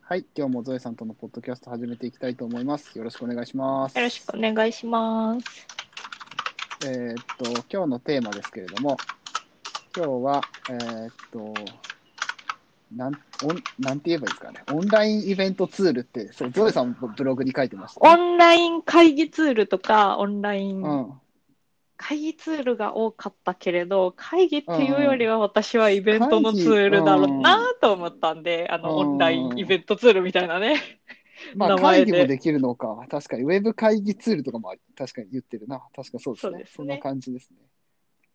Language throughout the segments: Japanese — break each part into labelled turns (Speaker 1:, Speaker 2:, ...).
Speaker 1: はい、今日もゾエさんとのポッドキャスト始めていきたいと思います。よろしくお願いします。
Speaker 2: よろしくお願いします。
Speaker 1: えーっと、今日のテーマですけれども、今日は、えーっと、なん、おん、なんて言えばいいですかね。オンラインイベントツールって、そう、ゾエさんもブログに書いてました
Speaker 2: オ
Speaker 1: ね、
Speaker 2: ンライン会議ツールとか、オンライン、
Speaker 1: うん。
Speaker 2: 会議ツールが多かったけれど、会議っていうよりは私はイベントのツールだろうなと思ったんで、あの、
Speaker 1: うん
Speaker 2: オンラインイベントツールみたいなね。
Speaker 1: まあ、
Speaker 2: 名前
Speaker 1: 会
Speaker 2: で
Speaker 1: 議もできるのか。確かに、ウェブ会議ツールとかもあり確かに言ってるな。確かそうですね。
Speaker 2: そうですね
Speaker 1: んな感じですね。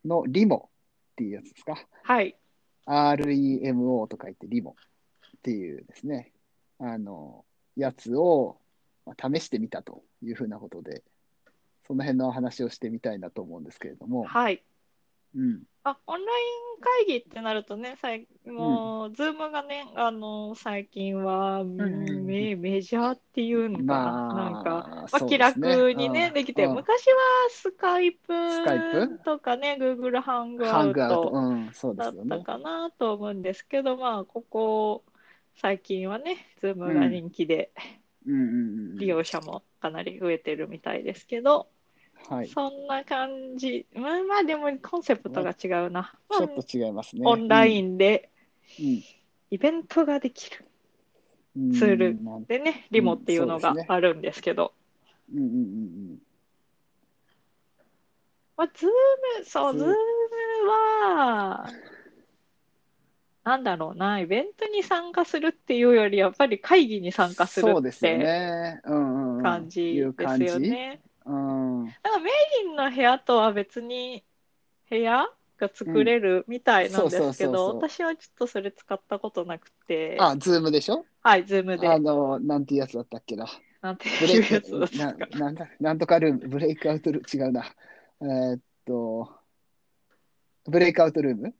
Speaker 1: の、リモっていうやつですか。
Speaker 2: はい。
Speaker 1: REMO と書いてリモっていうですね、あの、やつをまあ試してみたというふうなことで、その辺の話をしてみたいなと思うんですけれども、
Speaker 2: はい。
Speaker 1: うん、
Speaker 2: あ、オンライン会議ってなるとね、最もう、ズームがね、あの、最近は、
Speaker 1: んうん
Speaker 2: メ、メジャーっていうのかな、
Speaker 1: まあ
Speaker 2: なんか、まあ、
Speaker 1: そう
Speaker 2: 気
Speaker 1: ですね
Speaker 2: 楽にね、
Speaker 1: うん
Speaker 2: できて、
Speaker 1: うん
Speaker 2: 昔はスカイプ
Speaker 1: カイプ
Speaker 2: とかね、Google ハングア
Speaker 1: ハン
Speaker 2: ウ
Speaker 1: グアウト、
Speaker 2: ト
Speaker 1: うん、そうで
Speaker 2: だ
Speaker 1: す
Speaker 2: っ
Speaker 1: よ
Speaker 2: た
Speaker 1: ね。
Speaker 2: かなと思うんですけど、まあ、ここ、最近はね、ズームが人気で、
Speaker 1: うんうんうん、
Speaker 2: 利用者もかなり増えてるみたいですけど、
Speaker 1: はい、ち
Speaker 2: そんな感じ。まあまあ、でもコンセプトが違うな。まあ
Speaker 1: ょっと違いますね。
Speaker 2: オンライ
Speaker 1: ン、
Speaker 2: ンで
Speaker 1: うん
Speaker 2: イベントができる。
Speaker 1: うん
Speaker 2: ツール
Speaker 1: なん
Speaker 2: でね、リモっていうの
Speaker 1: う
Speaker 2: が
Speaker 1: んそうですね
Speaker 2: あるんですけど。
Speaker 1: うんうんうん
Speaker 2: まあ、ズーム、そう、
Speaker 1: ズ
Speaker 2: ズ
Speaker 1: ー
Speaker 2: ー
Speaker 1: ム
Speaker 2: ムは、なんだろうな、イベントに参加するっていうより、やっぱり会議に参
Speaker 1: うん、
Speaker 2: 加する
Speaker 1: そうで
Speaker 2: っ
Speaker 1: すよ
Speaker 2: て
Speaker 1: ね。うんうんうん、
Speaker 2: 感じ
Speaker 1: いう
Speaker 2: で
Speaker 1: 感
Speaker 2: す
Speaker 1: じ
Speaker 2: よね。
Speaker 1: うん、うん
Speaker 2: なんかメインの部屋とは別に部屋が作れるみたいなんで
Speaker 1: うん
Speaker 2: すけ
Speaker 1: そうそう
Speaker 2: ど、
Speaker 1: そうそう
Speaker 2: 私はちょっとそれ使ったことなくて、
Speaker 1: あ、ズームでしょ
Speaker 2: はい、ズームで
Speaker 1: あ、の、なんていうやつだったっけな。
Speaker 2: なんて
Speaker 1: ブ
Speaker 2: い
Speaker 1: レ
Speaker 2: うや
Speaker 1: イ
Speaker 2: つ です
Speaker 1: クな
Speaker 2: か。
Speaker 1: なんだなんとかルーム、ブレイクアウトルーム、違うな。えーっと、ブレイクアウトルーム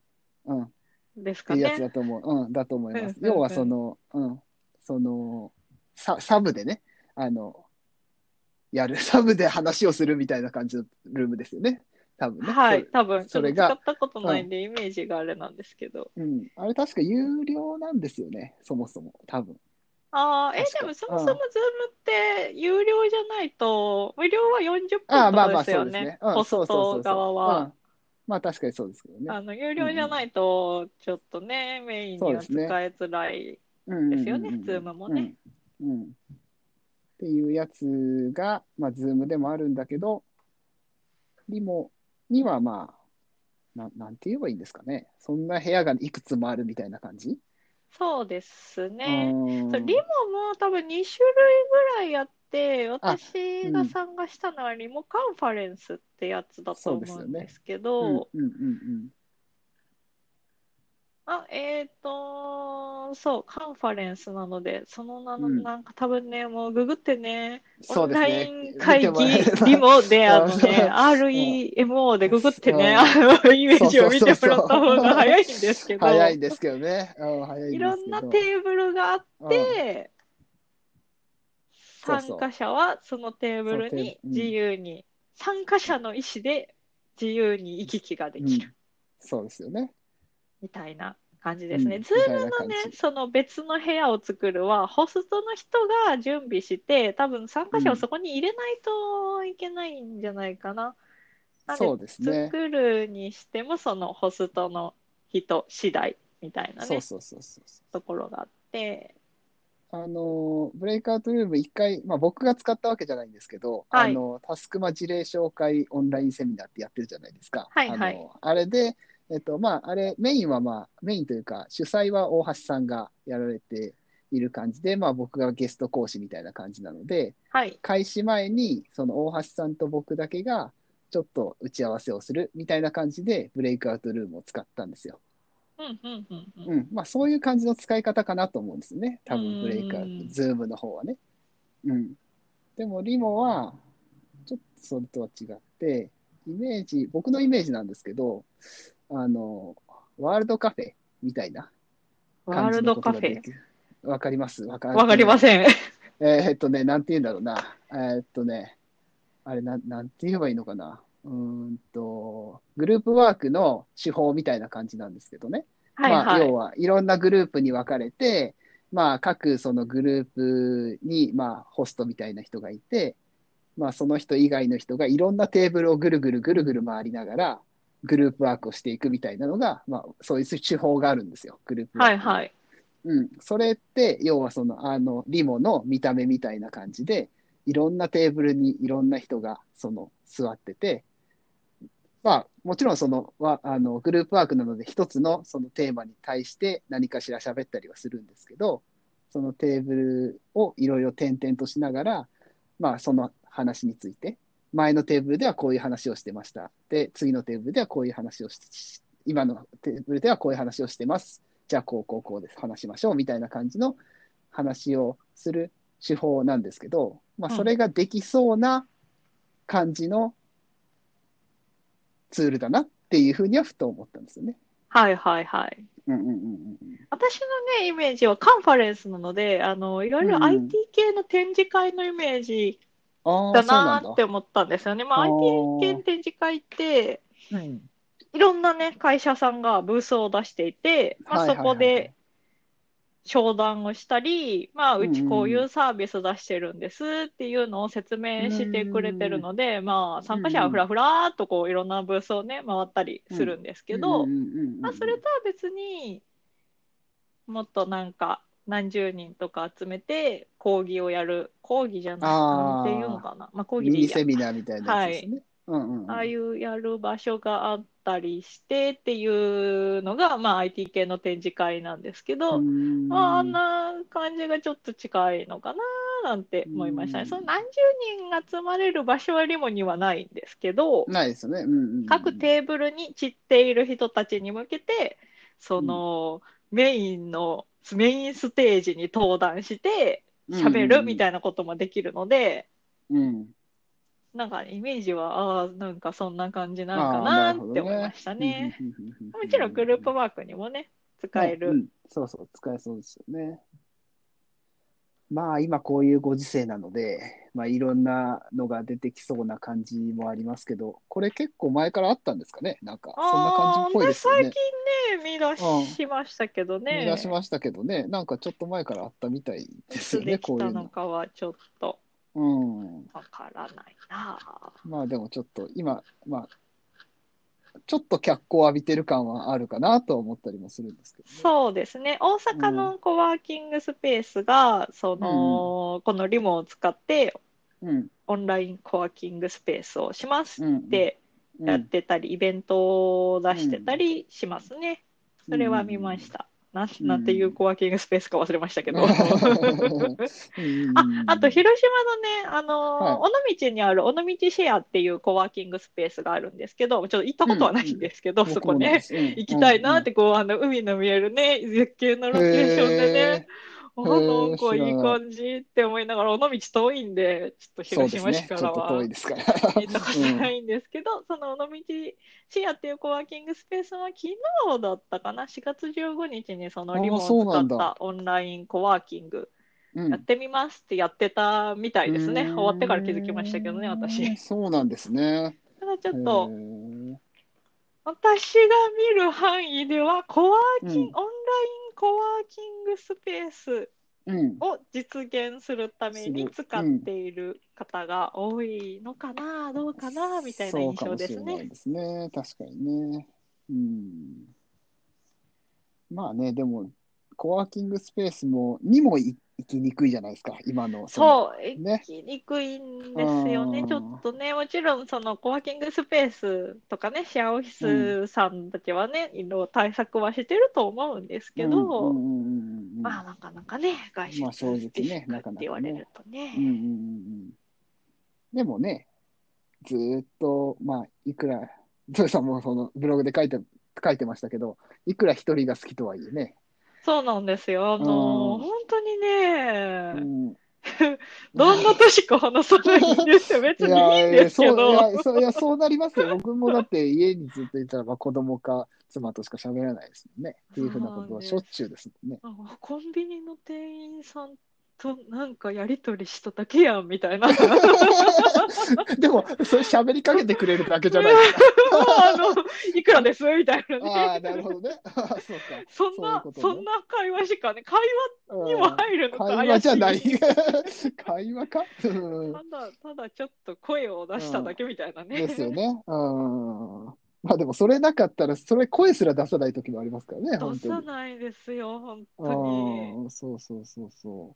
Speaker 1: うん。っ
Speaker 2: です
Speaker 1: て
Speaker 2: か
Speaker 1: いうやつ
Speaker 2: ね。
Speaker 1: だと思う。うん、だと思います。
Speaker 2: うんうんうん
Speaker 1: 要はその、うん、その、ササブでね、あの、やる、 サブで話をするみたいな感じのルームですよね。多分ね。
Speaker 2: はい、
Speaker 1: そ
Speaker 2: 多分、ち
Speaker 1: そ
Speaker 2: ょっ
Speaker 1: れ
Speaker 2: と
Speaker 1: が
Speaker 2: 使ったことないんで、イメージがあれなんですけど。
Speaker 1: う。うん。あれ確か有料なんですよね。そもそも。多分。
Speaker 2: ああ、え、
Speaker 1: 確か
Speaker 2: でもそもそも
Speaker 1: うん
Speaker 2: ズームって有料じゃないと、無料は40分
Speaker 1: ああ、まあま
Speaker 2: とか
Speaker 1: あ、
Speaker 2: です
Speaker 1: そ
Speaker 2: よ
Speaker 1: うです
Speaker 2: ね
Speaker 1: ね。。うん、
Speaker 2: ホ
Speaker 1: そうそう
Speaker 2: ス
Speaker 1: そ
Speaker 2: ト
Speaker 1: うそう。
Speaker 2: 側
Speaker 1: う
Speaker 2: は。
Speaker 1: んまあ確かにそうですけどね。
Speaker 2: あの、有料じゃないと、ちょっとね、メインには
Speaker 1: そうですね
Speaker 2: 使いづらい。
Speaker 1: です
Speaker 2: すよね Zoom もね。
Speaker 1: うんうんっていうやつが、まあ、ズームでもあるんだけど、リモにはまあ、ななんて言えばいいんですかね。そんな部屋がいくつもあるみたいな感じ。
Speaker 2: そうですね。
Speaker 1: うん
Speaker 2: そうリモも多分2種類ぐらいやって、私が参加したのはリモカンファレンスってやつだと
Speaker 1: そうです
Speaker 2: 思
Speaker 1: よ
Speaker 2: う
Speaker 1: ね
Speaker 2: んですけ
Speaker 1: うん
Speaker 2: ど、
Speaker 1: うんうん
Speaker 2: あ、えっと、そう、カンファレンスなので、その名の、
Speaker 1: うん
Speaker 2: なんか多分ね、もうググってね、
Speaker 1: うん。
Speaker 2: オ
Speaker 1: そう
Speaker 2: ン
Speaker 1: です
Speaker 2: ラ
Speaker 1: ね。
Speaker 2: イン会議リ
Speaker 1: モ
Speaker 2: モで、あの
Speaker 1: そう
Speaker 2: ね、REMO でググってね、
Speaker 1: うん
Speaker 2: あのイメージを見てもらった方が早いんですけど、
Speaker 1: 早いですけどね。うん早いです
Speaker 2: い
Speaker 1: けど
Speaker 2: ろんなテーブルがあっ
Speaker 1: うん
Speaker 2: て、
Speaker 1: そうそう
Speaker 2: 参加者はそのテーブル
Speaker 1: そう
Speaker 2: に
Speaker 1: テーブルうん
Speaker 2: 自由に、参加者の意思で自由に行き来ができ
Speaker 1: う
Speaker 2: る
Speaker 1: んそうですよね。
Speaker 2: みたいな感じですね。
Speaker 1: うん
Speaker 2: ズームのね
Speaker 1: みたいな感、じ
Speaker 2: その別の部屋を作るは、ホストの人が準備して、多分参加者をそこに入れないといけないんじゃないかな。なんで
Speaker 1: そうですね。
Speaker 2: 作るにしても、そのホストの人次第みたいな
Speaker 1: そう
Speaker 2: ね、
Speaker 1: そうそうそうそう。
Speaker 2: ところがあって、
Speaker 1: あのブレイクアウトルーム1回、まあ、僕が使ったわけじゃないんですけど、
Speaker 2: はい
Speaker 1: あのタスクマ事例紹介オンラインセミナーってやってるじゃないですか。
Speaker 2: はいはい
Speaker 1: あのあれで、えっとまあ、あれメインは、まあ、メインというか主催は大橋さんがやられている感じで、まあ、僕がゲスト講師みたいな感じなので
Speaker 2: はい、
Speaker 1: 開始前にその大橋さんと僕だけがちょっと打ち合わせをするみたいな感じでブレイクアウトルームを使ったんですよ。
Speaker 2: うんうんうんうん。
Speaker 1: うん、まあそういう感じの使い方かなと思うんですよね。多
Speaker 2: う
Speaker 1: 分
Speaker 2: ん
Speaker 1: ブレイクアウト、ズームの方はね。うん。でもリモは、ちょっとそれとは違って、イメージ、僕のイメージなんですけど、あの、ワールドカフェみたいな
Speaker 2: ワ
Speaker 1: 感
Speaker 2: ー
Speaker 1: じ
Speaker 2: ル
Speaker 1: の
Speaker 2: ド
Speaker 1: こと
Speaker 2: カ
Speaker 1: が
Speaker 2: フ
Speaker 1: で
Speaker 2: ェ
Speaker 1: きる。わかりますわか
Speaker 2: わかりません。
Speaker 1: えーっとね、なんて言うんだろうな。えーっとね、あれなん、なんて言えばいいのかな。うーんと、グループワークの手法みたいな感じなんですけどね。
Speaker 2: はい
Speaker 1: まあ、
Speaker 2: はい
Speaker 1: 要。はいろんなグループに分かれて、まあ、各そのグループに、まあ、ホストみたいな人がいて、まあ、その人以外の人がいろんなテーブルをぐるぐるぐるぐる回りながら、グループワークをしていくみたいなのが、まあ、そういう手法があるんですよ、グループワ
Speaker 2: は
Speaker 1: ー
Speaker 2: い
Speaker 1: ク。
Speaker 2: はい。
Speaker 1: うん、それって、要はその、あの、リモの見た目みたいな感じで、いろんなテーブルにいろんな人が、その、座ってて、まあ、もちろんその、わあの、グループワークなので、一つのそのテーマに対して何かしら喋ったりはするんですけど、そのテーブルをいろいろ点々としながら、まあ、その話について、前のテーブルではこういう話をしてました。で、次のテーブルではこういう話をし、し今のテーブルではこういう話をしてます。じゃあ、こう、こう、こうです。話しましょう。みたいな感じの話をする手法なんですけど、まあ、
Speaker 2: うん
Speaker 1: それができそうな感じのツールだなっていうふうにはふと思ったんですよね。
Speaker 2: はいはいはい。
Speaker 1: うんうんうんうんうん。
Speaker 2: 私のね、イメージはカンファレンスなので、あの、いろいろ
Speaker 1: うん
Speaker 2: IT 系の展示会のイメージ
Speaker 1: ああ、
Speaker 2: だ
Speaker 1: そうな
Speaker 2: なんー
Speaker 1: だ
Speaker 2: って。思ったんですよね。まあ、
Speaker 1: あ
Speaker 2: IT
Speaker 1: ー
Speaker 2: 系の展示会って、
Speaker 1: うん
Speaker 2: いろんなね、会社さんがブースを出していて、まあ、
Speaker 1: はい
Speaker 2: そ
Speaker 1: はいはい
Speaker 2: こで商談をしたり、まあ、
Speaker 1: うんう
Speaker 2: うんちこういうサービス出してるんですっていうのを説明してくれてるので、まあ、参加者はふらふらーっとこう、いろんなブースをね、回ったりするんですけど、
Speaker 1: うんうんうんうん
Speaker 2: まあ、それとは別にもっとなんか何十人とか集めて講義をやる講義じゃない
Speaker 1: あ
Speaker 2: なん
Speaker 1: ー
Speaker 2: ていうのかな、まあ、講義
Speaker 1: ミ
Speaker 2: でい
Speaker 1: ニ
Speaker 2: いや
Speaker 1: セミナーみたいなやつですね。うんうんうん、
Speaker 2: ああいうやる場所があったりしてっていうのが、まあ、IT 系の展示会なんですけど、
Speaker 1: うん
Speaker 2: まあ、あんな感じがちょっと近いのかななんて思いましたね。
Speaker 1: うん
Speaker 2: その何十人集まれる場所よりもにはないんですけど、
Speaker 1: ないですよね。うんうんうん、
Speaker 2: 各テーブルに散っている人たちに向けてその、メインのメインステージに登壇して喋るみた
Speaker 1: い
Speaker 2: いなこともできるので、
Speaker 1: な。うん
Speaker 2: なんかイメージはああなんかそんな感じなのか
Speaker 1: あー
Speaker 2: な
Speaker 1: るほ
Speaker 2: っ
Speaker 1: ど
Speaker 2: て思いましたね。
Speaker 1: うんうんうんうん
Speaker 2: もちろんグループワークにもね使え
Speaker 1: う
Speaker 2: る、
Speaker 1: んそうそう、使えそうですよね。まあ今こういうご時世なので、まあ、いろんなのが出てきそうな感じもありますけど、これ結構前からあったんですかね、なんかそんな感じっぽいですよ
Speaker 2: あー
Speaker 1: ね
Speaker 2: ね。最近ね見出しましたけどね、
Speaker 1: 見出しましたけどね、なんかちょっと前からあったみたいで
Speaker 2: い
Speaker 1: すよ
Speaker 2: つ
Speaker 1: ね、
Speaker 2: で
Speaker 1: こう
Speaker 2: き
Speaker 1: い
Speaker 2: た
Speaker 1: う
Speaker 2: の
Speaker 1: の。
Speaker 2: かはちょっと
Speaker 1: うん、
Speaker 2: わからないなあ。
Speaker 1: まあでもちょっと今、まあ、ちょっと脚光を浴びてる感はあるかなとは思ったりもするんですけどね。
Speaker 2: そうですね。大阪のコワーキングスペースが、その、このリモを使って、
Speaker 1: うん、
Speaker 2: オンラインコワーキングスペースをします
Speaker 1: うん、
Speaker 2: っ、て
Speaker 1: うん、
Speaker 2: やってたり、イベントを出してたりしますね。それは見ました。なん
Speaker 1: うん
Speaker 2: なんていうコワーキングスペースか忘れましたけど。
Speaker 1: う
Speaker 2: あ
Speaker 1: ん、うん
Speaker 2: あと、広島のね、あの、
Speaker 1: は
Speaker 2: 尾道にある尾道シェアっていうコワーキングスペースがあるんですけど、ちょっと行ったことはないんですけど、そこね。行きたいなっ。て、こう、あの、海の見えるね、絶景の
Speaker 1: ロ
Speaker 2: ロケーションでね、あ
Speaker 1: ー
Speaker 2: なんか
Speaker 1: 知
Speaker 2: いい
Speaker 1: らない
Speaker 2: 感じって思いながら、尾道遠いんで、ちょっと
Speaker 1: そう
Speaker 2: 広
Speaker 1: です
Speaker 2: 島市
Speaker 1: ね。
Speaker 2: か
Speaker 1: ちょ
Speaker 2: ら
Speaker 1: っと遠
Speaker 2: はい
Speaker 1: ですから。う
Speaker 2: 行ったことないんですけど、その尾道シェアっていうコワーキングスペースは昨日だったかな、4月15日にそのリモ
Speaker 1: あそう
Speaker 2: を使
Speaker 1: な
Speaker 2: っ
Speaker 1: んだ
Speaker 2: たオンラインコワーキング
Speaker 1: ん
Speaker 2: やってみますってやってたみたいですね。
Speaker 1: うん
Speaker 2: 終わってから気づきましたけどね、私。
Speaker 1: そうなんですね。
Speaker 2: ただちょっ
Speaker 1: へ
Speaker 2: と、
Speaker 1: ー
Speaker 2: 私が見る範囲では、コワーキン
Speaker 1: うん
Speaker 2: オンラインコワーキングスペース
Speaker 1: うん。
Speaker 2: を実現するために
Speaker 1: す
Speaker 2: 使
Speaker 1: る
Speaker 2: っている方が多いのかな、どうかなみたいな印象です
Speaker 1: そうかもしれない
Speaker 2: ね。
Speaker 1: ですね。確かにね。うん。まあね、でも、コワーキングスペースも、にもい行きにくいじゃないですか、今の。う。
Speaker 2: そう、行
Speaker 1: ね
Speaker 2: きにくいんですよ
Speaker 1: う
Speaker 2: ね、
Speaker 1: ん
Speaker 2: ちょっとね、もちろんそのコワーキングスペースとかね、シェアオフィスさんたちはね、いろいろ対策はしてると思うんですけ
Speaker 1: う
Speaker 2: ど
Speaker 1: ん、うんうんうんうん、
Speaker 2: まあなかなかね、外出
Speaker 1: まあ正直ね
Speaker 2: 自粛
Speaker 1: なかなかね
Speaker 2: って言われると
Speaker 1: うんうんう
Speaker 2: ね、
Speaker 1: んうん。でもね、ずーっと、まあ、いくら、ゾエさんもそのブログで書いて、書いてましたけど、いくら一人が好きとはいえね、
Speaker 2: そうなんですよ、あ
Speaker 1: う
Speaker 2: の
Speaker 1: ん
Speaker 2: 本当に
Speaker 1: う
Speaker 2: ね、
Speaker 1: ん、
Speaker 2: どんなとしか話さないんで すよ。別にいいん
Speaker 1: や
Speaker 2: です
Speaker 1: そ
Speaker 2: け
Speaker 1: うい
Speaker 2: ど。
Speaker 1: やそういやそうなりますよ。僕もだって家にずっといたらまあ子供か妻としか喋らないですもんね。っていうふうなことはしょっちゅうですもんね。
Speaker 2: コンビニの店員さんとなんかやり取りしただけやんみたいなもう
Speaker 1: でも、それ喋りかけてくれるだけじゃないですか。
Speaker 2: あのいくらですみたいな
Speaker 1: ああ、
Speaker 2: ね
Speaker 1: なるほどね。あーそうか。そう
Speaker 2: そんな
Speaker 1: いうことね
Speaker 2: そんな会話しかね会
Speaker 1: う
Speaker 2: 話
Speaker 1: ん
Speaker 2: にも入るのか
Speaker 1: 会話じゃな
Speaker 2: 怪
Speaker 1: い
Speaker 2: し。
Speaker 1: 会話か、うん
Speaker 2: ただただちょっと声を出しただけみたいなね、
Speaker 1: ですよね。うん。まあでも、それなかったら、それ声すら出さない時もありますからね、本
Speaker 2: 出
Speaker 1: 当
Speaker 2: さ
Speaker 1: に。
Speaker 2: ないですよ本当に
Speaker 1: うん、そうそうそうそう。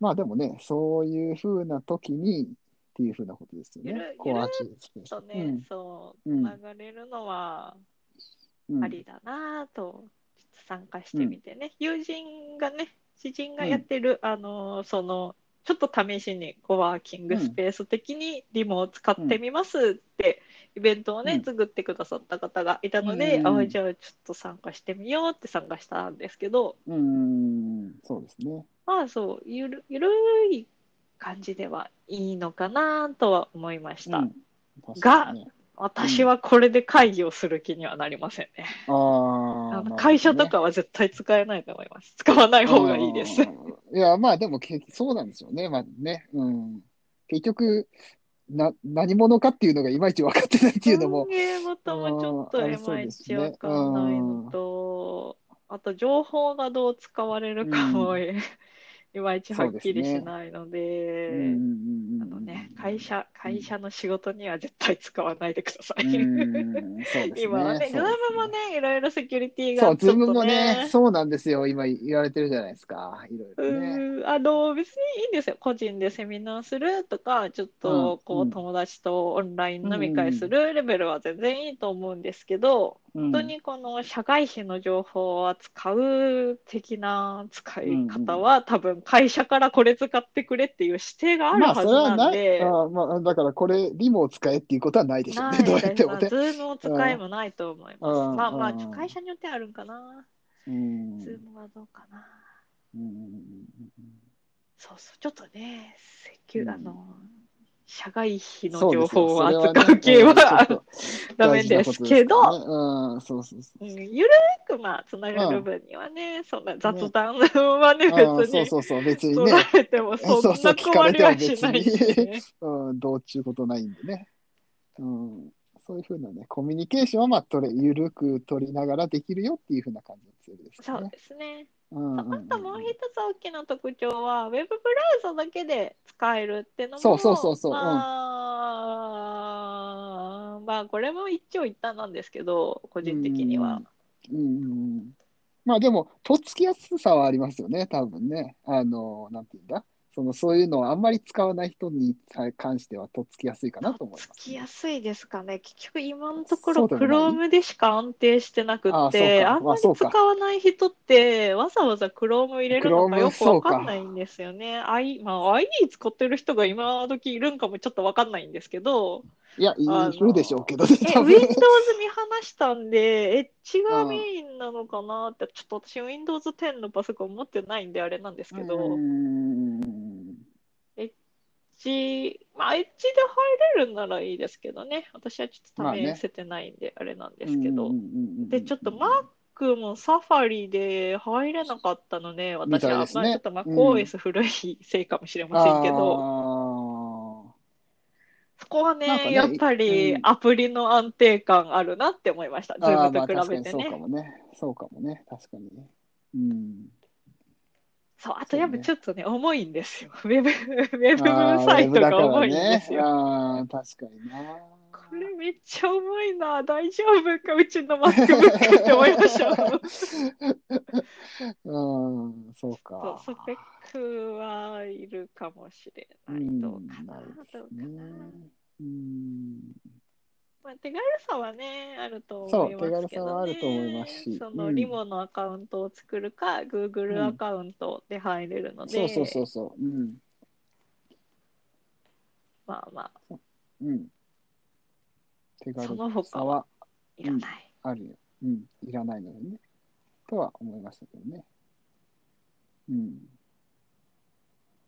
Speaker 1: まあでもね、そういうふうな時にっていうふうなことですよ
Speaker 2: ゆ
Speaker 1: ね
Speaker 2: る。
Speaker 1: コアチーズ
Speaker 2: ちょっとね、そう
Speaker 1: うん
Speaker 2: 流れるのは
Speaker 1: うん
Speaker 2: ありだなぁと、ちょっと参加してみてね、友人がね知人がやってる、あのーそのちょっと試しにコワーキングスペース的にリモを使ってみますって、イベントをね、
Speaker 1: うん
Speaker 2: 作ってくださった方がいたので、
Speaker 1: うん
Speaker 2: ああじゃあちょっと参加してみようって参加したんですけど
Speaker 1: うん、うんそうですね。
Speaker 2: まあそうゆるゆるい感じではいいのかなとは思いました、
Speaker 1: うん確かにね
Speaker 2: 私はこれで会議をする気にはなりませんね
Speaker 1: あー
Speaker 2: あ
Speaker 1: なるほど
Speaker 2: の
Speaker 1: ね
Speaker 2: 会社とかは絶対使えないと思います。使わない方がいいです。
Speaker 1: うんいや、まあでもけ、そうなんですよね。まあね。うん。結局、な、何者かっていうのがいまいち分かってないっていうのも。
Speaker 2: 運営元もちょっといまいちわかんないのと、あと情報がどう使われるかも、
Speaker 1: う
Speaker 2: いまいちはっきりしないので、
Speaker 1: うんうんうんうん
Speaker 2: あのね、会社、会社の仕事には絶対使わないでくださ
Speaker 1: う
Speaker 2: い。
Speaker 1: ん、そうですね。
Speaker 2: 今はね、ズ
Speaker 1: そ
Speaker 2: ー
Speaker 1: うです
Speaker 2: ムもね、いろいろセキュリティ
Speaker 1: そ
Speaker 2: が
Speaker 1: う、
Speaker 2: ち
Speaker 1: ズ
Speaker 2: ょ
Speaker 1: ーム
Speaker 2: っと
Speaker 1: もね、
Speaker 2: ね。
Speaker 1: そうなんですよ。今言われてるじゃないですか。いろいろね。
Speaker 2: うんあの別にいいんですよ個人でセミナーするとかちょっとこ
Speaker 1: う
Speaker 2: うん友達とオンライン飲み会するレベルは全然いいと思うんですけど、
Speaker 1: 本
Speaker 2: 本当にこの社外費の情報を扱う的な使い方は、多分会社からこれ使ってくれっていう指定がある
Speaker 1: まあ、
Speaker 2: は
Speaker 1: それ
Speaker 2: ず
Speaker 1: は
Speaker 2: なん
Speaker 1: ない。
Speaker 2: で、
Speaker 1: あーまあ、だからこれ、リモを使えっていうことはないでしょう ね。どうやっても
Speaker 2: です
Speaker 1: ね
Speaker 2: ズ。ームを使いもないと思います。
Speaker 1: うん
Speaker 2: まあまあ
Speaker 1: うん
Speaker 2: 会社によってはあるんかな、
Speaker 1: うん
Speaker 2: ズームはどうかな。
Speaker 1: うん
Speaker 2: そうそう、ちょっとね、石油、
Speaker 1: うん
Speaker 2: あの、社外費の
Speaker 1: そう
Speaker 2: 情
Speaker 1: ですよ
Speaker 2: 報を
Speaker 1: それは
Speaker 2: 扱う系は、
Speaker 1: ねうんちょっと
Speaker 2: ダメですけど、
Speaker 1: 大事なことですからねうん、そうそうそう。
Speaker 2: うん、ゆるーく、まあ、つながる分にはね、そんな雑談はね、
Speaker 1: うん
Speaker 2: 別
Speaker 1: そう
Speaker 2: に
Speaker 1: そうそう、別に
Speaker 2: 取ら
Speaker 1: ね、
Speaker 2: れてもそん
Speaker 1: そうそ
Speaker 2: な
Speaker 1: う聞か
Speaker 2: 困
Speaker 1: れ
Speaker 2: り
Speaker 1: ても
Speaker 2: は
Speaker 1: 別に
Speaker 2: しないしね。
Speaker 1: うん、どうちゅうことないんでね。うん、そういうふうなね、コミュニケーションは、まあ、取れ、ゆるく取りながらできるよっていうふうな感じのツールです
Speaker 2: そう
Speaker 1: ね。
Speaker 2: ですね。
Speaker 1: うんうん
Speaker 2: あ
Speaker 1: うんうん
Speaker 2: ともう一つ大きな特徴は、ウェブブラウザだけで使えるってのも、
Speaker 1: そうそうそうそううん
Speaker 2: まあ、まあ、これも一長一短なんですけど、個人的には。
Speaker 1: うんうんうんまあでも、とっつきやすさはありますよね、多分ね。あの、なんていうんだ。その、そういうのをあんまり使わない人に関しては、とっつきやすいかなと思います。
Speaker 2: つきやすいですかね。結局今のところ
Speaker 1: そうでもな
Speaker 2: Chrome でしか安定してなく
Speaker 1: あ
Speaker 2: て、
Speaker 1: あそうか
Speaker 2: あんまり
Speaker 1: まあそう
Speaker 2: 使
Speaker 1: か
Speaker 2: わない人ってわざわざ Chrome 入れるのか
Speaker 1: Chrome
Speaker 2: よくわかんないんですよね。I、まあ IE 使ってる人が今時いるんかもちょっとわかんないんですけど、
Speaker 1: いや、
Speaker 2: あの
Speaker 1: いるでしょうけどね、
Speaker 2: え、
Speaker 1: 多
Speaker 2: Windows
Speaker 1: 分。
Speaker 2: 見放したんで、エッジがメインなのかなって、ちょっと私 Windows 10のパソコン持ってないんであれなんですけど、
Speaker 1: うーん
Speaker 2: ジまあ、エッジで入れるんならいいですけどね。私はちょっ
Speaker 1: まあ
Speaker 2: と試
Speaker 1: ね
Speaker 2: せてないんで、あれなんですけ
Speaker 1: うん
Speaker 2: ど
Speaker 1: うん。うんうん
Speaker 2: で、ちょっと Mac もサファリで入れなかったので、
Speaker 1: み
Speaker 2: 私
Speaker 1: たい
Speaker 2: は、
Speaker 1: です
Speaker 2: ま
Speaker 1: ね
Speaker 2: あち
Speaker 1: う
Speaker 2: ょっと
Speaker 1: ん
Speaker 2: MacOS 古いせいかもしれませんけど、そこ
Speaker 1: な
Speaker 2: は
Speaker 1: んか
Speaker 2: ね、
Speaker 1: ね
Speaker 2: やっぱり
Speaker 1: うん
Speaker 2: アプリの安定感あるなって思いました。
Speaker 1: あーあー
Speaker 2: Zoom
Speaker 1: まあ
Speaker 2: と比べ
Speaker 1: 確かに
Speaker 2: て
Speaker 1: そう
Speaker 2: ね
Speaker 1: か。もね。そうかもね。確かにね。うん。
Speaker 2: そう、あとや
Speaker 1: そ
Speaker 2: っ
Speaker 1: う
Speaker 2: ぱ
Speaker 1: ね
Speaker 2: ちょっとね、重いんですよ。ウェブ、ウェブ
Speaker 1: あー
Speaker 2: サイト
Speaker 1: ウェブだか
Speaker 2: が
Speaker 1: ら
Speaker 2: 重いんです
Speaker 1: ね、
Speaker 2: よ。
Speaker 1: ああ、確かにな。
Speaker 2: これめっちゃ重いな、大丈夫か、うちの MacBook って思いました。そう
Speaker 1: うん、そうか。
Speaker 2: スペックはいるかもしれ
Speaker 1: う
Speaker 2: ない。
Speaker 1: ん
Speaker 2: どうかな
Speaker 1: なる、
Speaker 2: どうか
Speaker 1: ね
Speaker 2: な。
Speaker 1: うん。
Speaker 2: まあ、手軽さはね、あると
Speaker 1: そ
Speaker 2: 思
Speaker 1: う
Speaker 2: います
Speaker 1: 手
Speaker 2: け
Speaker 1: 軽さは
Speaker 2: ど
Speaker 1: あ
Speaker 2: ね。
Speaker 1: ると思いますし
Speaker 2: そうの
Speaker 1: ん
Speaker 2: リモのアカウントを作るか、
Speaker 1: う
Speaker 2: Google
Speaker 1: ん
Speaker 2: アカウントで入れるので、
Speaker 1: そうそうそうそう。うん。
Speaker 2: まあまあ、
Speaker 1: うん。手軽
Speaker 2: その他
Speaker 1: さは。
Speaker 2: いらない。
Speaker 1: あるよ。うん、いらないのにね。とは思いましたけどね。うん。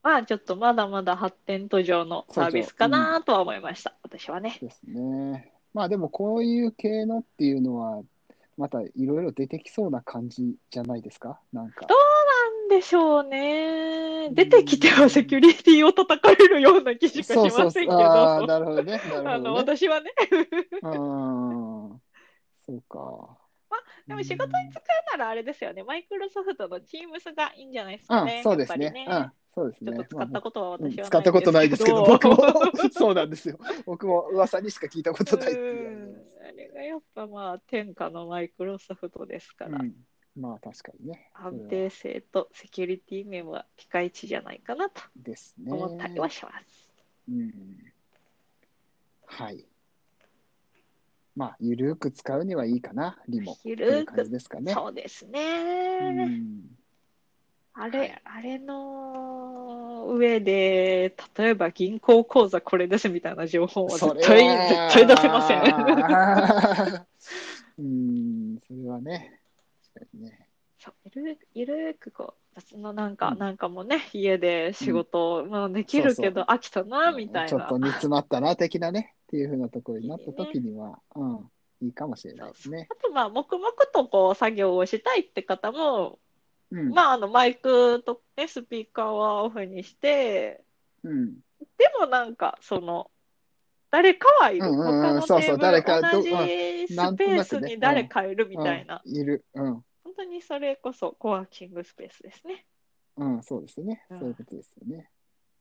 Speaker 2: まあちょっとまだまだ発展途上のサービスかなとは思いました、私はね。
Speaker 1: ですね。まあでもこういう系のっていうのは、またいろいろ出てきそうな感じじゃないですか。なんか。
Speaker 2: どうなでしょうね。出てきてはセキュリティを叩かれるような気しかし
Speaker 1: そう
Speaker 2: ませ
Speaker 1: そ
Speaker 2: ん
Speaker 1: う
Speaker 2: け
Speaker 1: そう。
Speaker 2: ど、
Speaker 1: ああ、なるほどね。な
Speaker 2: あ
Speaker 1: る
Speaker 2: の
Speaker 1: ほど、ね。
Speaker 2: 私はね、
Speaker 1: うーん。そうか。
Speaker 2: までも仕事に使うならあれですよね、マイクロソフトの Teams がいいんじゃないです
Speaker 1: う
Speaker 2: か
Speaker 1: ん、
Speaker 2: ね。
Speaker 1: そうです
Speaker 2: やっぱ
Speaker 1: ね
Speaker 2: り。
Speaker 1: うん、そうです
Speaker 2: ち
Speaker 1: ね。
Speaker 2: ょっと使ったことは
Speaker 1: うん
Speaker 2: 私は
Speaker 1: 使ったことないですけど、僕も そうなんですよ。僕も噂にしか聞いたことないっていうう。
Speaker 2: んあれがやっぱまあ天下のマイクロソフトですから、
Speaker 1: うん、まあ確かにね。
Speaker 2: 安定性とセキュリティ面はピカイチじゃないかなと
Speaker 1: ですね。
Speaker 2: 思ったりはします。
Speaker 1: うん。はい。まあ、ゆるく使うにはいいかな、リモ。
Speaker 2: ゆ
Speaker 1: という
Speaker 2: る
Speaker 1: 感じ
Speaker 2: く、
Speaker 1: ですかね。
Speaker 2: そうです
Speaker 1: う
Speaker 2: ね。
Speaker 1: ん。
Speaker 2: あれ、あれの上で、例えば銀行口座これですみたいな情報は絶対、絶対出せません。
Speaker 1: ん。うん、それはね。確かにね。
Speaker 2: そうゆるゆるくこう、私のなんか、
Speaker 1: うん
Speaker 2: なんかもね、家で仕事、まあできるけど飽きたな、みたい
Speaker 1: ちょっ
Speaker 2: な
Speaker 1: と。煮詰まったな、的なね。っていうふうなところになった時には、うん、いいかもしれないですね。
Speaker 2: あとまあ、黙々とこう、作業をしたいって方も、
Speaker 1: うん。
Speaker 2: まあ、あの、マイクとね、スピーカーはオフにして、
Speaker 1: うん。
Speaker 2: でもなんか、その、誰かはいる。
Speaker 1: うんうんうん
Speaker 2: 他のテ
Speaker 1: そうそう
Speaker 2: ーブ
Speaker 1: 誰
Speaker 2: ル、
Speaker 1: かど
Speaker 2: 同じ
Speaker 1: なん
Speaker 2: ス
Speaker 1: と
Speaker 2: ペー
Speaker 1: な
Speaker 2: ス
Speaker 1: くね
Speaker 2: に誰かいるみたいな。
Speaker 1: うんいる。うん。
Speaker 2: 本当にそれこそコワーキングスペースですね。
Speaker 1: うん、そうですね。
Speaker 2: うん
Speaker 1: そういうことですよね。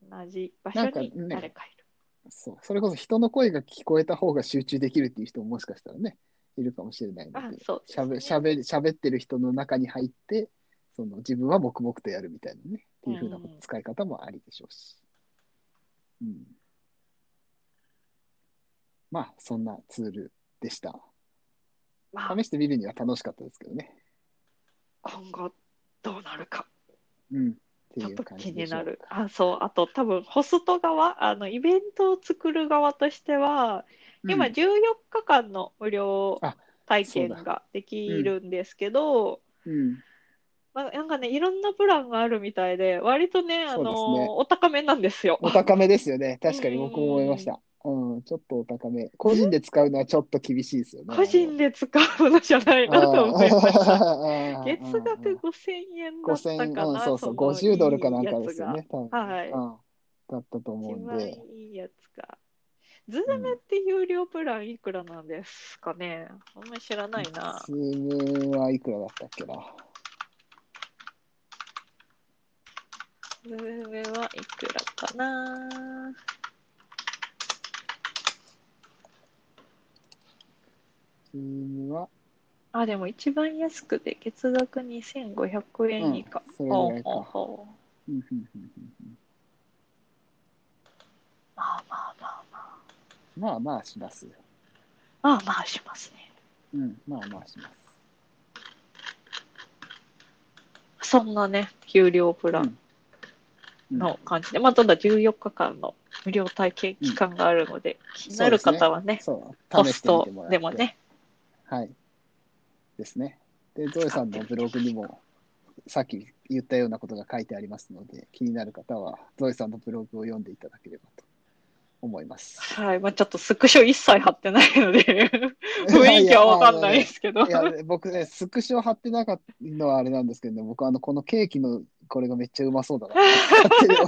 Speaker 2: 同じ場所に
Speaker 1: なんかね
Speaker 2: 誰かいる。
Speaker 1: そう。それこそ人の声が聞こえた方が集中できるっていう人ももしかしたらね、いるかもしれないの
Speaker 2: あ
Speaker 1: で、
Speaker 2: そう
Speaker 1: しゃべ、
Speaker 2: ですね
Speaker 1: 喋喋ってる人の中に入って、その自分は黙々とやるみたいなね、っていうふうなこと
Speaker 2: うん
Speaker 1: 使い方もありでしょうし。うん。まあ、そんなツールでした。
Speaker 2: まあ、
Speaker 1: 試してみるには楽しかったですけどね。
Speaker 2: 今後どうなるか、
Speaker 1: うん。って
Speaker 2: ちょ
Speaker 1: い
Speaker 2: っ
Speaker 1: う
Speaker 2: と
Speaker 1: 感
Speaker 2: 気
Speaker 1: じで
Speaker 2: に
Speaker 1: しょ
Speaker 2: な
Speaker 1: う
Speaker 2: る。あ、そう、あと多分、ホスト側、あの、イベントを作る側として
Speaker 1: う
Speaker 2: は、
Speaker 1: ん
Speaker 2: 今14日間の無料
Speaker 1: あ
Speaker 2: 体
Speaker 1: そう
Speaker 2: 験ができるんですけど、
Speaker 1: うん。
Speaker 2: まあ、なんかね、いろんなプランがあるみたいで、割とね、あ
Speaker 1: そうですね
Speaker 2: の、お高めなんですよ。
Speaker 1: お高めですよね。確かに僕も思いました。うん、ちょっとお高め。個人で使うのはちょっと厳しいですよね。
Speaker 2: 個人で使うのじゃないなと 思いました。
Speaker 1: あー
Speaker 2: 月額
Speaker 1: うん
Speaker 2: 5000円だっ
Speaker 1: 5000
Speaker 2: た
Speaker 1: 円、
Speaker 2: か
Speaker 1: うん、
Speaker 2: な、
Speaker 1: そうそう、
Speaker 2: の
Speaker 1: 50ドルかなんか
Speaker 2: い
Speaker 1: で
Speaker 2: いやつ
Speaker 1: すよ
Speaker 2: が
Speaker 1: ね、多分。
Speaker 2: はい
Speaker 1: うん、だったと思
Speaker 2: 一
Speaker 1: うん
Speaker 2: 番
Speaker 1: で。
Speaker 2: いいやつか。ズームって有料プランいくらなんですかね、あんまり知らないな
Speaker 1: ズ。ームはいくらだったっけな。
Speaker 2: ズームはいくらかな。
Speaker 1: ズームは、
Speaker 2: あ、でも一番安くて月額2500円以下。
Speaker 1: うんそれぐらいか
Speaker 2: ほうほうほう
Speaker 1: うんうんうんうんうん
Speaker 2: まあまあまあまあ。
Speaker 1: まあまあしますよ。
Speaker 2: まあまあしますね。
Speaker 1: うん、まあまあします。
Speaker 2: そんなね、有料プランの感じで、まあ、ただ14日間の無料体験期間があるので、気になる方はね、
Speaker 1: そう、
Speaker 2: ポ
Speaker 1: 試し
Speaker 2: ス
Speaker 1: てみ
Speaker 2: ト
Speaker 1: てもらって。
Speaker 2: でも。ね、
Speaker 1: はい。ですね。で、ゾエさんのブログにも、さっき言ったようなことが書いてありますので、気になる方は、ゾエさんのブログを読んでいただければと思います。
Speaker 2: はい、まあ、ちょっとスクショ一切貼ってない ので、 雰囲気はわかんないですけど、
Speaker 1: いや。いや、僕ね、スクショ貼ってなかったのはあれなんですけどね、僕、あの、このケーキの、これがめっちゃうまそうだなって思っ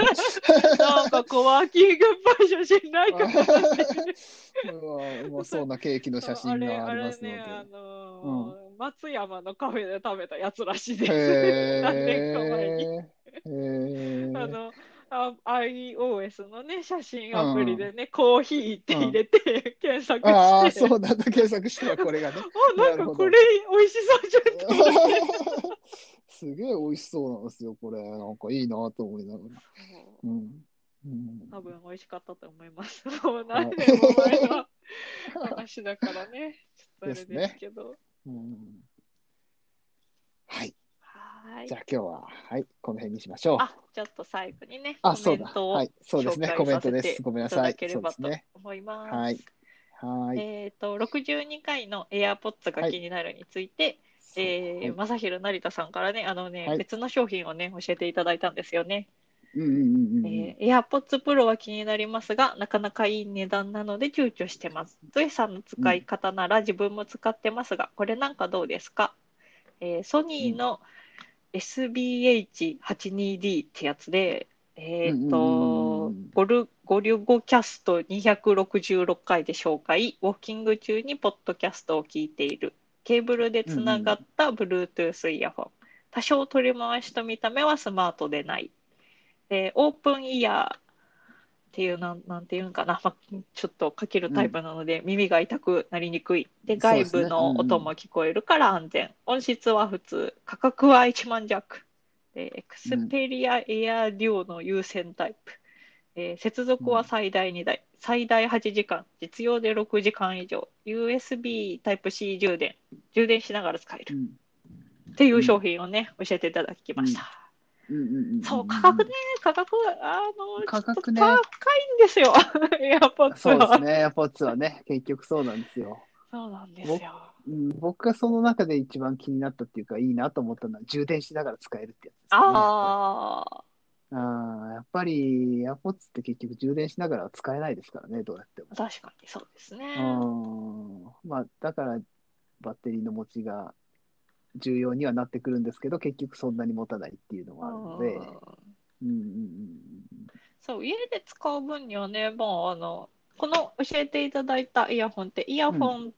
Speaker 1: て。
Speaker 2: なんかコワーキング場所信頼感があって
Speaker 1: うわうまそうなケーキの写真がありますの
Speaker 2: あれ
Speaker 1: で
Speaker 2: あ。れね、あのー松山のカフェで食べたやつらしいです。
Speaker 1: へ
Speaker 2: 何年か前に
Speaker 1: え。へえ。
Speaker 2: あの、あ iOS のね、写真アプリでね、コーヒーって入れて、検索
Speaker 1: ああ、
Speaker 2: して、
Speaker 1: そうなんだ。検索したらこれがね。
Speaker 2: あ、な
Speaker 1: なる
Speaker 2: んか
Speaker 1: ほど
Speaker 2: これ美味しそうじゃんと思って。
Speaker 1: すげえ美味しそうなんですよ、これ。なんかいいなと思いながら。うん。うん、
Speaker 2: 多分美味しかったと思います。もう何年も前の話だからね。ちょっとあれですけど。
Speaker 1: うんはい。
Speaker 2: はー
Speaker 1: じゃ
Speaker 2: い。
Speaker 1: あ今日は、はい、この辺にしましょう。
Speaker 2: あ、ちょっと最後にね、
Speaker 1: あ、
Speaker 2: コ
Speaker 1: そ
Speaker 2: メ
Speaker 1: う
Speaker 2: ン
Speaker 1: だ。
Speaker 2: トを
Speaker 1: はい、そうですね。コ
Speaker 2: 紹
Speaker 1: メ
Speaker 2: 介
Speaker 1: ン
Speaker 2: さ
Speaker 1: ト
Speaker 2: せ
Speaker 1: で
Speaker 2: て
Speaker 1: す。ごめんない
Speaker 2: た
Speaker 1: さ
Speaker 2: だ
Speaker 1: い。
Speaker 2: けれ
Speaker 1: そうで
Speaker 2: ば
Speaker 1: す
Speaker 2: と
Speaker 1: ね。
Speaker 2: 思います。
Speaker 1: はい。はい。
Speaker 2: えっと、62回の AirPods が気になるについて、えー、まさひろ成田さんからね、あのね、
Speaker 1: はい
Speaker 2: 別の商品をね、教えていただいたんですよね。
Speaker 1: うんうんうんうん。
Speaker 2: えー、AirPods Pro は気になりますが、なかなかいい値段なので躊躇してます。ゾエさんの使い方なら自分も使ってますが、これなんかどうですか、えーソニーの、 SBH82D ってやつで、えっ、
Speaker 1: うんうんうんう
Speaker 2: と
Speaker 1: ん、
Speaker 2: ゴル、ゴリュゴキャスト266回で紹介、ウォーキング中にポッドキャストを聞いている、ケーブルでつながった Bluetooth イヤホン、多少取り回しと見た目はスマートでない、でオープンイヤーっていうなん、なんていうんかな、まあ、ちょっとかけるタイプなので、耳が痛くなりにくい、で、
Speaker 1: そう
Speaker 2: 外
Speaker 1: ですね
Speaker 2: 部の音も聞こえるから安全、音質は普通、価格は1万弱。で、エクスペリアエアデュオの優先タイプ。えー接続は最大2台、最大8時間、実用で6時間以上、USB Type-C 充電、充電しながら使え
Speaker 1: う
Speaker 2: る
Speaker 1: ん
Speaker 2: っていう商品をね、教えていただきました。
Speaker 1: うんうんうんん
Speaker 2: そう、価格ね、価格、あの、
Speaker 1: 価
Speaker 2: ちょっと
Speaker 1: 格ね
Speaker 2: 高いんですよ、 エアポッツ
Speaker 1: そうで
Speaker 2: は。
Speaker 1: すね、AirPods はね、結局そうなんですよ。
Speaker 2: そうなんですよ。
Speaker 1: うん、僕がその中で一番気になったっていうか、いいなと思ったのは、充電しながら使えるってやつですね、
Speaker 2: ああ、
Speaker 1: あーやっぱり、AirPods って結局充電しながらは使えないですからね、どうやっても。
Speaker 2: 確かにそうですね。
Speaker 1: うんまあ、だから、バッテリーの持ちが重要にはなってくるんですけど、結局そんなに持たないっていうのもあるので、
Speaker 2: うん
Speaker 1: うんうん
Speaker 2: そう、家で使う分にはね、もうあの、この教えていただいたイヤホンって、イヤホン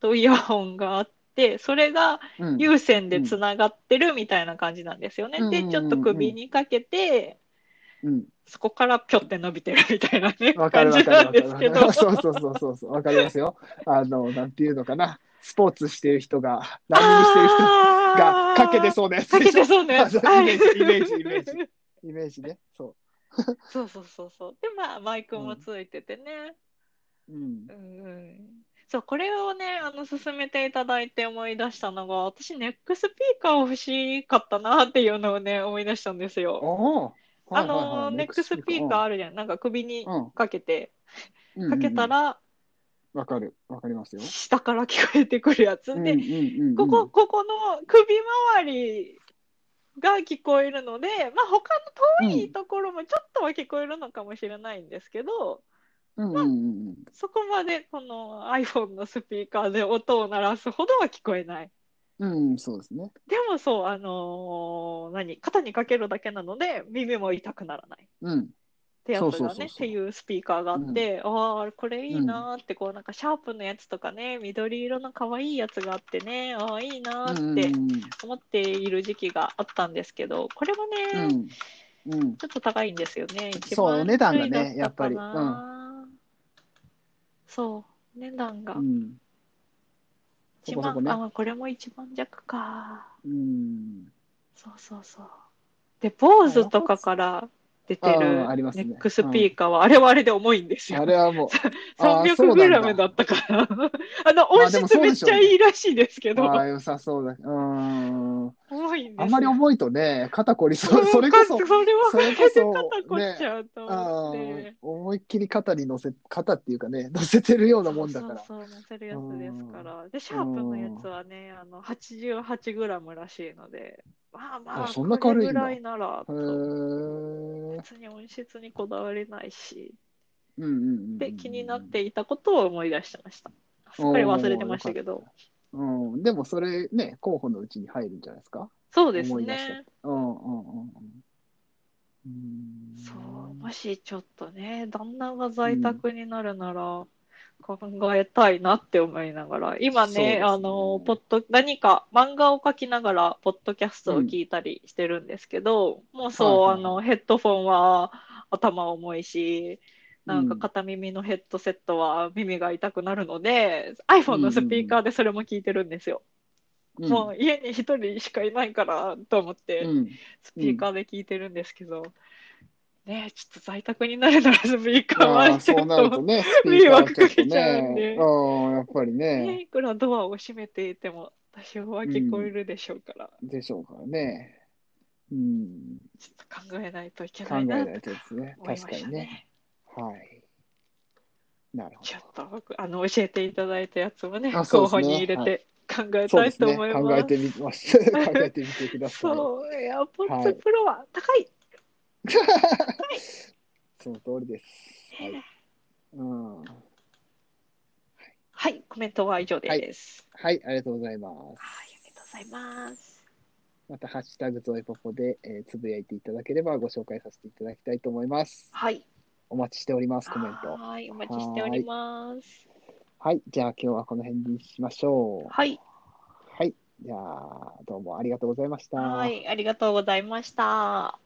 Speaker 2: とイヤホンがあって、それが
Speaker 1: うんうん。うん
Speaker 2: 有線でつながってるみたいな感じなんですよね。
Speaker 1: うん
Speaker 2: で、ちょっと首にかけて、
Speaker 1: うん
Speaker 2: そこからぴょって伸びてるみたいなね、
Speaker 1: わかるわ
Speaker 2: 感じ
Speaker 1: か
Speaker 2: な
Speaker 1: るわ
Speaker 2: んです
Speaker 1: か
Speaker 2: け
Speaker 1: る
Speaker 2: ど。
Speaker 1: わかる。 そうそうそうそうそう、わかりますよ。あの、なんていうのかな。スポーツしてる人が、ランニングしてる人が
Speaker 2: あー
Speaker 1: かけてそうなやつ
Speaker 2: か
Speaker 1: で
Speaker 2: け
Speaker 1: しょ
Speaker 2: て。そうね。
Speaker 1: あそう
Speaker 2: はい
Speaker 1: イメージイメージイメージイメージね。そ
Speaker 2: そうそうそうそう。で、まあ、マイクもついててね。
Speaker 1: う。うん
Speaker 2: う。んうん。そう、これをね、あの、勧めていただいて思い出したのが、私、ネックスピーカーを欲しかったなっていうのをね、思い出したんですよ。
Speaker 1: おお。
Speaker 2: あの、ネックスピーカーあるじゃん。なんか首にかけて、
Speaker 1: ー
Speaker 2: かけた。
Speaker 1: うんうんうん
Speaker 2: ら、
Speaker 1: わかる。わかりますよ。
Speaker 2: 下から聞こえてくるやつ。で、
Speaker 1: で
Speaker 2: ここ、。ここの首周りが聞こえるので、まあ、他の遠いところもちょっとは聞こえるのかもしれないんですけど、
Speaker 1: うんうんうんうん。
Speaker 2: そこまでこの iPhone のスピーカーで音を鳴らすほどは聞こえない。
Speaker 1: うん、そうですね。
Speaker 2: でもそう、あのー何、肩にかけるだけなので、耳も痛くならないっ
Speaker 1: うん。
Speaker 2: てやつがね、
Speaker 1: そうそうそうそう
Speaker 2: っていうスピーカーがあって、ああ、これいいなーって、こうなんかシャープのやつとかね、緑色の可愛いやつがあってね、ああ、いいなーって思っている時期があったんですけど、これも
Speaker 1: う
Speaker 2: ね、
Speaker 1: ん。うん。うん。
Speaker 2: ちょっと高いんですよね。一
Speaker 1: そう
Speaker 2: 万
Speaker 1: お値段がね
Speaker 2: くらいだたかな
Speaker 1: やっぱり
Speaker 2: そう、値段が。
Speaker 1: うん。そ
Speaker 2: 1
Speaker 1: こそ
Speaker 2: 万、
Speaker 1: こね。
Speaker 2: あ、これも1万弱か。
Speaker 1: うん。
Speaker 2: そうそうそう。で、坊主とかから出てるネ
Speaker 1: あありますね
Speaker 2: ックスピーカーは、あれはあれで重いんです
Speaker 1: あ
Speaker 2: よ。
Speaker 1: れはもう。あーそうなんだ
Speaker 2: 300g だったから。あの、
Speaker 1: ま
Speaker 2: 音
Speaker 1: あでも
Speaker 2: 質
Speaker 1: そう
Speaker 2: めっ
Speaker 1: でし
Speaker 2: ち
Speaker 1: ょうね
Speaker 2: ゃいいらしいですけど、
Speaker 1: ああ、良さそうだ。うん。
Speaker 2: 重いんですよ。
Speaker 1: あんまり重いとね、肩こり
Speaker 2: そ
Speaker 1: そうう。それこそ
Speaker 2: か。それは
Speaker 1: それこそ
Speaker 2: そ肩こっちゃうと思
Speaker 1: あ
Speaker 2: って。
Speaker 1: ー思いっきり肩に乗せ、肩っていうかね、乗せてるようなもんだから。
Speaker 2: そうそうそう、乗せるやつですから。で、シャープのやつはね、あの、88g らしいので、まあまあ、
Speaker 1: あそんな軽いんだ
Speaker 2: これぐらいなら、
Speaker 1: へ
Speaker 2: と
Speaker 1: ー
Speaker 2: 別に音質にこだわれないし、
Speaker 1: うんうんうんうん
Speaker 2: で気になっ。ていたことを思い出してました。すっかり忘れてましたけ
Speaker 1: おー
Speaker 2: ど。
Speaker 1: うん、でもそれね、候補のうちに入るんじゃないですか。
Speaker 2: そうです
Speaker 1: 思い出した
Speaker 2: ね。
Speaker 1: うんうんうんうん。うん
Speaker 2: そう、もしちょっとね、旦那が在宅になるなら考えたいなって思いながら、今
Speaker 1: そうです
Speaker 2: ね、
Speaker 1: ね
Speaker 2: あの、ポッド、何か漫画を描きながら、ポッドキャストを聞いたりしてるんですけど、もうそう、
Speaker 1: はい
Speaker 2: あ
Speaker 1: はい
Speaker 2: の、ヘッドフォンは頭重いし、なんか
Speaker 1: うん
Speaker 2: 片耳のヘッドセットは耳が痛くなるので、iPhone のスピーカーでそれも聞いてるんですよ。
Speaker 1: うん
Speaker 2: もう家に一人しかいないからと思って、
Speaker 1: うん、
Speaker 2: スピーカーで聞いてるんですけど、ねえちょっと在宅になるならスピーカー
Speaker 1: あ
Speaker 2: は
Speaker 1: ー
Speaker 2: ちょ
Speaker 1: そ
Speaker 2: っ
Speaker 1: うなる
Speaker 2: と、
Speaker 1: とね、スピーカーはちょっと
Speaker 2: 迷惑かけちゃうん
Speaker 1: ね
Speaker 2: で、
Speaker 1: うんやっぱり
Speaker 2: ね、
Speaker 1: ね、
Speaker 2: いくらドアを閉めていても多少は聞こえるでしょうから、
Speaker 1: でしょうからね。うん、
Speaker 2: ちょっと考えないといけ
Speaker 1: 考
Speaker 2: な
Speaker 1: え
Speaker 2: い
Speaker 1: な
Speaker 2: ないと
Speaker 1: とですね。
Speaker 2: 思い
Speaker 1: 確
Speaker 2: ま
Speaker 1: か
Speaker 2: した
Speaker 1: に
Speaker 2: ね。
Speaker 1: ね。はい。なるほ
Speaker 2: ちょっと僕あの教えていただいたやつもね、
Speaker 1: あそう
Speaker 2: 候
Speaker 1: ですね
Speaker 2: 補に入れて考え
Speaker 1: ど。そう
Speaker 2: た
Speaker 1: で
Speaker 2: い
Speaker 1: す
Speaker 2: と
Speaker 1: ね。
Speaker 2: 思います。
Speaker 1: 考えてみ ます。考えてみてください。
Speaker 2: そう、
Speaker 1: は
Speaker 2: AirPods
Speaker 1: い
Speaker 2: Pro は高い。
Speaker 1: その通りです。はい。うん。は
Speaker 2: はい、コメントは以上です。
Speaker 1: い、ありがとうございます。
Speaker 2: はい、ありがとうございます。
Speaker 1: また、ハッシュタグゾイポポで、えーつぶやいていただければご紹介させていただきたいと思います。
Speaker 2: はい。
Speaker 1: お待ちしております、コメント。
Speaker 2: はい。お待ちしております。
Speaker 1: はい。じゃあ、今日はこの辺にしましょう。
Speaker 2: はい。
Speaker 1: はい。じゃあ、どうもありがとうございました。
Speaker 2: はい。ありがとうございました。